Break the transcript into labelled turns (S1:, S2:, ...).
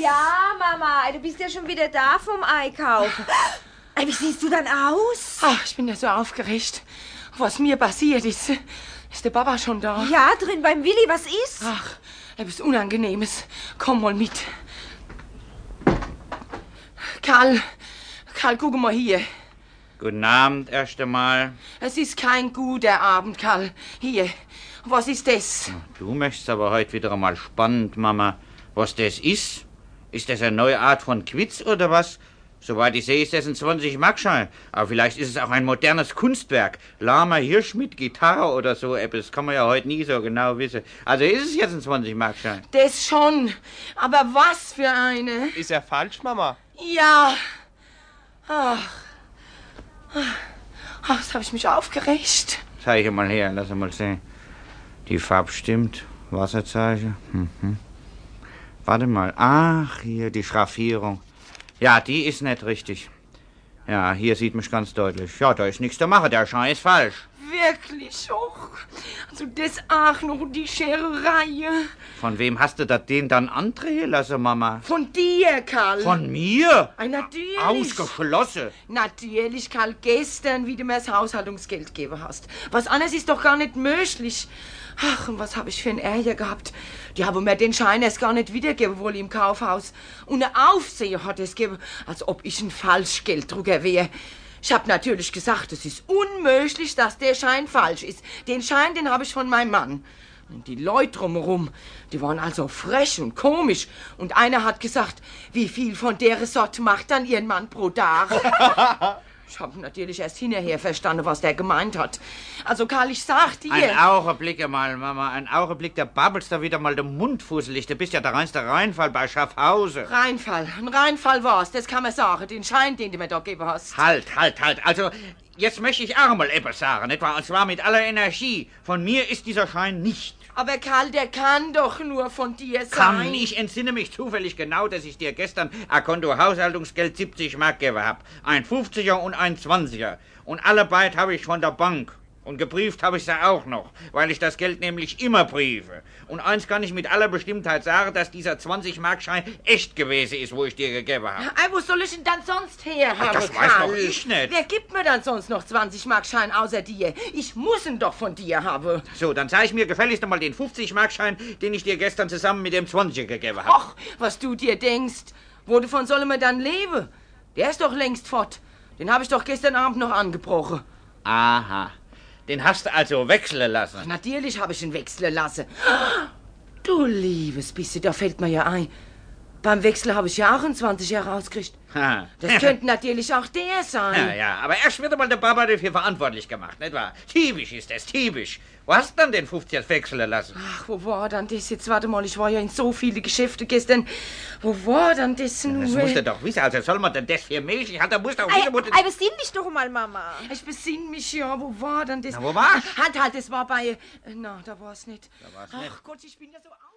S1: Ja, Mama, du bist ja schon wieder da vom Einkauf. Ei, Wie siehst du dann aus?
S2: Ach, Ah, ich bin ja so aufgeregt. Was mir passiert ist, ist der Papa schon da.
S1: Ja, drin beim Willi, was ist?
S2: Ach, etwas Unangenehmes. Komm mal mit. Karl, Karl, guck mal hier.
S3: Guten Abend erst einmal.
S2: Es ist kein guter Abend, Karl. Hier, was ist das?
S3: Du möchtest aber heute wieder einmal spannend, Mama. Was das ist? Ist das eine neue Art von Quiz oder was? Soweit ich sehe, ist das ein 20-Markschein. Aber vielleicht ist es auch ein modernes Kunstwerk. Lama Hirsch mit Gitarre oder so etwas. Kann man ja heute nie so genau wissen. Also ist es jetzt ein 20-Markschein?
S2: Das schon. Aber was für eine?
S4: Ist er falsch, Mama?
S2: Ja. Ach. Ach, jetzt habe ich mich aufgeregt.
S3: Zeige mal her, lass mal sehen. Die Farbe stimmt. Wasserzeichen. Mhm. Warte mal. Ach, hier die Schraffierung. Ja, die ist nicht richtig. Ja, hier sieht mich ganz deutlich. Ja, da ist nichts zu machen. Der Schein ist falsch.
S2: Wirklich, och. Also das auch noch die Schererei.
S3: Von wem hast du das den dann andrehen lassen, Mama?
S2: Von dir, Karl.
S3: Von mir?
S2: Ei, natürlich.
S3: Ausgeschlossen.
S2: Natürlich, Karl, gestern, wie du mir das Haushaltungsgeld gegeben hast. Was anderes ist doch gar nicht möglich. Ach, und was habe ich für einen Ärger gehabt. Die haben mir den Schein erst gar nicht wiedergegeben, wohl im Kaufhaus. Und ein Aufseher hat es gegeben, als ob ich ein Falschgelddrucker wäre. Ich habe natürlich gesagt, es ist unmöglich, dass der Schein falsch ist. Den Schein, den habe ich von meinem Mann. Und die Leute drumherum, die waren also frech und komisch. Und einer hat gesagt, wie viel von der Sorte macht dann ihren Mann pro Tag? Ich habe natürlich erst hinterher verstanden, was der gemeint hat. Also Karl, ich sag dir...
S3: Ein Augenblick mal, Mama. Ein Augenblick, da babbelst du wieder mal den Mund fusselig. Du bist ja der reinste Reinfall bei Schaffhausen.
S2: Reinfall. Ein Reinfall war's, das kann man sagen. Den Schein, den du mir da gegeben hast.
S3: Halt, halt, halt. Also, jetzt möchte ich auch mal etwas sagen, nicht wahr? Und zwar mit aller Energie. Von mir ist dieser Schein nicht.
S2: Aber Karl, der kann doch nur von dir sein.
S3: Kann ich entsinne mich zufällig genau, dass ich dir gestern a Konto Haushaltungsgeld 70 Mark gegeben hab. Ein 50er und ein 20er. Und alle beid habe ich von der Bank. Und gebrieft habe ich sie auch noch, weil ich das Geld nämlich immer briefe. Und eins kann ich mit aller Bestimmtheit sagen, dass dieser 20-Mark-Schein echt gewesen ist, wo ich dir gegeben hab.
S2: Ei, wo soll ich ihn dann sonst her haben,
S3: das weiß
S2: Karl?
S3: doch ich nicht.
S2: Wer gibt mir dann sonst noch 20 Mark Schein außer dir? Ich muss ihn doch von dir haben.
S3: So, dann zeig mir gefälligst einmal den 50-Markschein, den ich dir gestern zusammen mit dem 20er gegeben habe.
S2: Och, was du dir denkst. Wovon soll man dann leben? Der ist doch längst fort. Den habe ich doch gestern Abend noch angebrochen.
S3: Aha. Den hast du also wechseln lassen.
S2: Natürlich habe ich ihn wechseln lassen. Du liebes Bisse, da fällt mir ja ein. Beim Wechsel habe ich ja auch einen 20 Jahre rausgekriegt.
S3: Ha.
S2: Das könnte natürlich auch der sein.
S3: Ja, ja, aber erst wird einmal der Papa dafür verantwortlich gemacht, nicht wahr? Typisch ist das, typisch. Wo hast du denn den 50er wechseln lassen?
S2: Ach, wo war dann das jetzt? Warte mal, ich war ja in so viele Geschäfte gestern. Wo war dann das nur?
S3: Das musst du doch wissen. Also soll man denn das für Milch? Ich hatte, muss doch
S1: Ei,
S3: wissen, wo du...
S1: ei, besinn dich doch mal, Mama.
S2: Ich besinn mich ja, wo war dann das?
S3: Na, wo war's?
S2: Halt, halt, das war bei... äh, Na, da war's nicht. Da
S3: war's
S2: Ach
S3: nicht.
S2: Gott, ich bin ja so... au-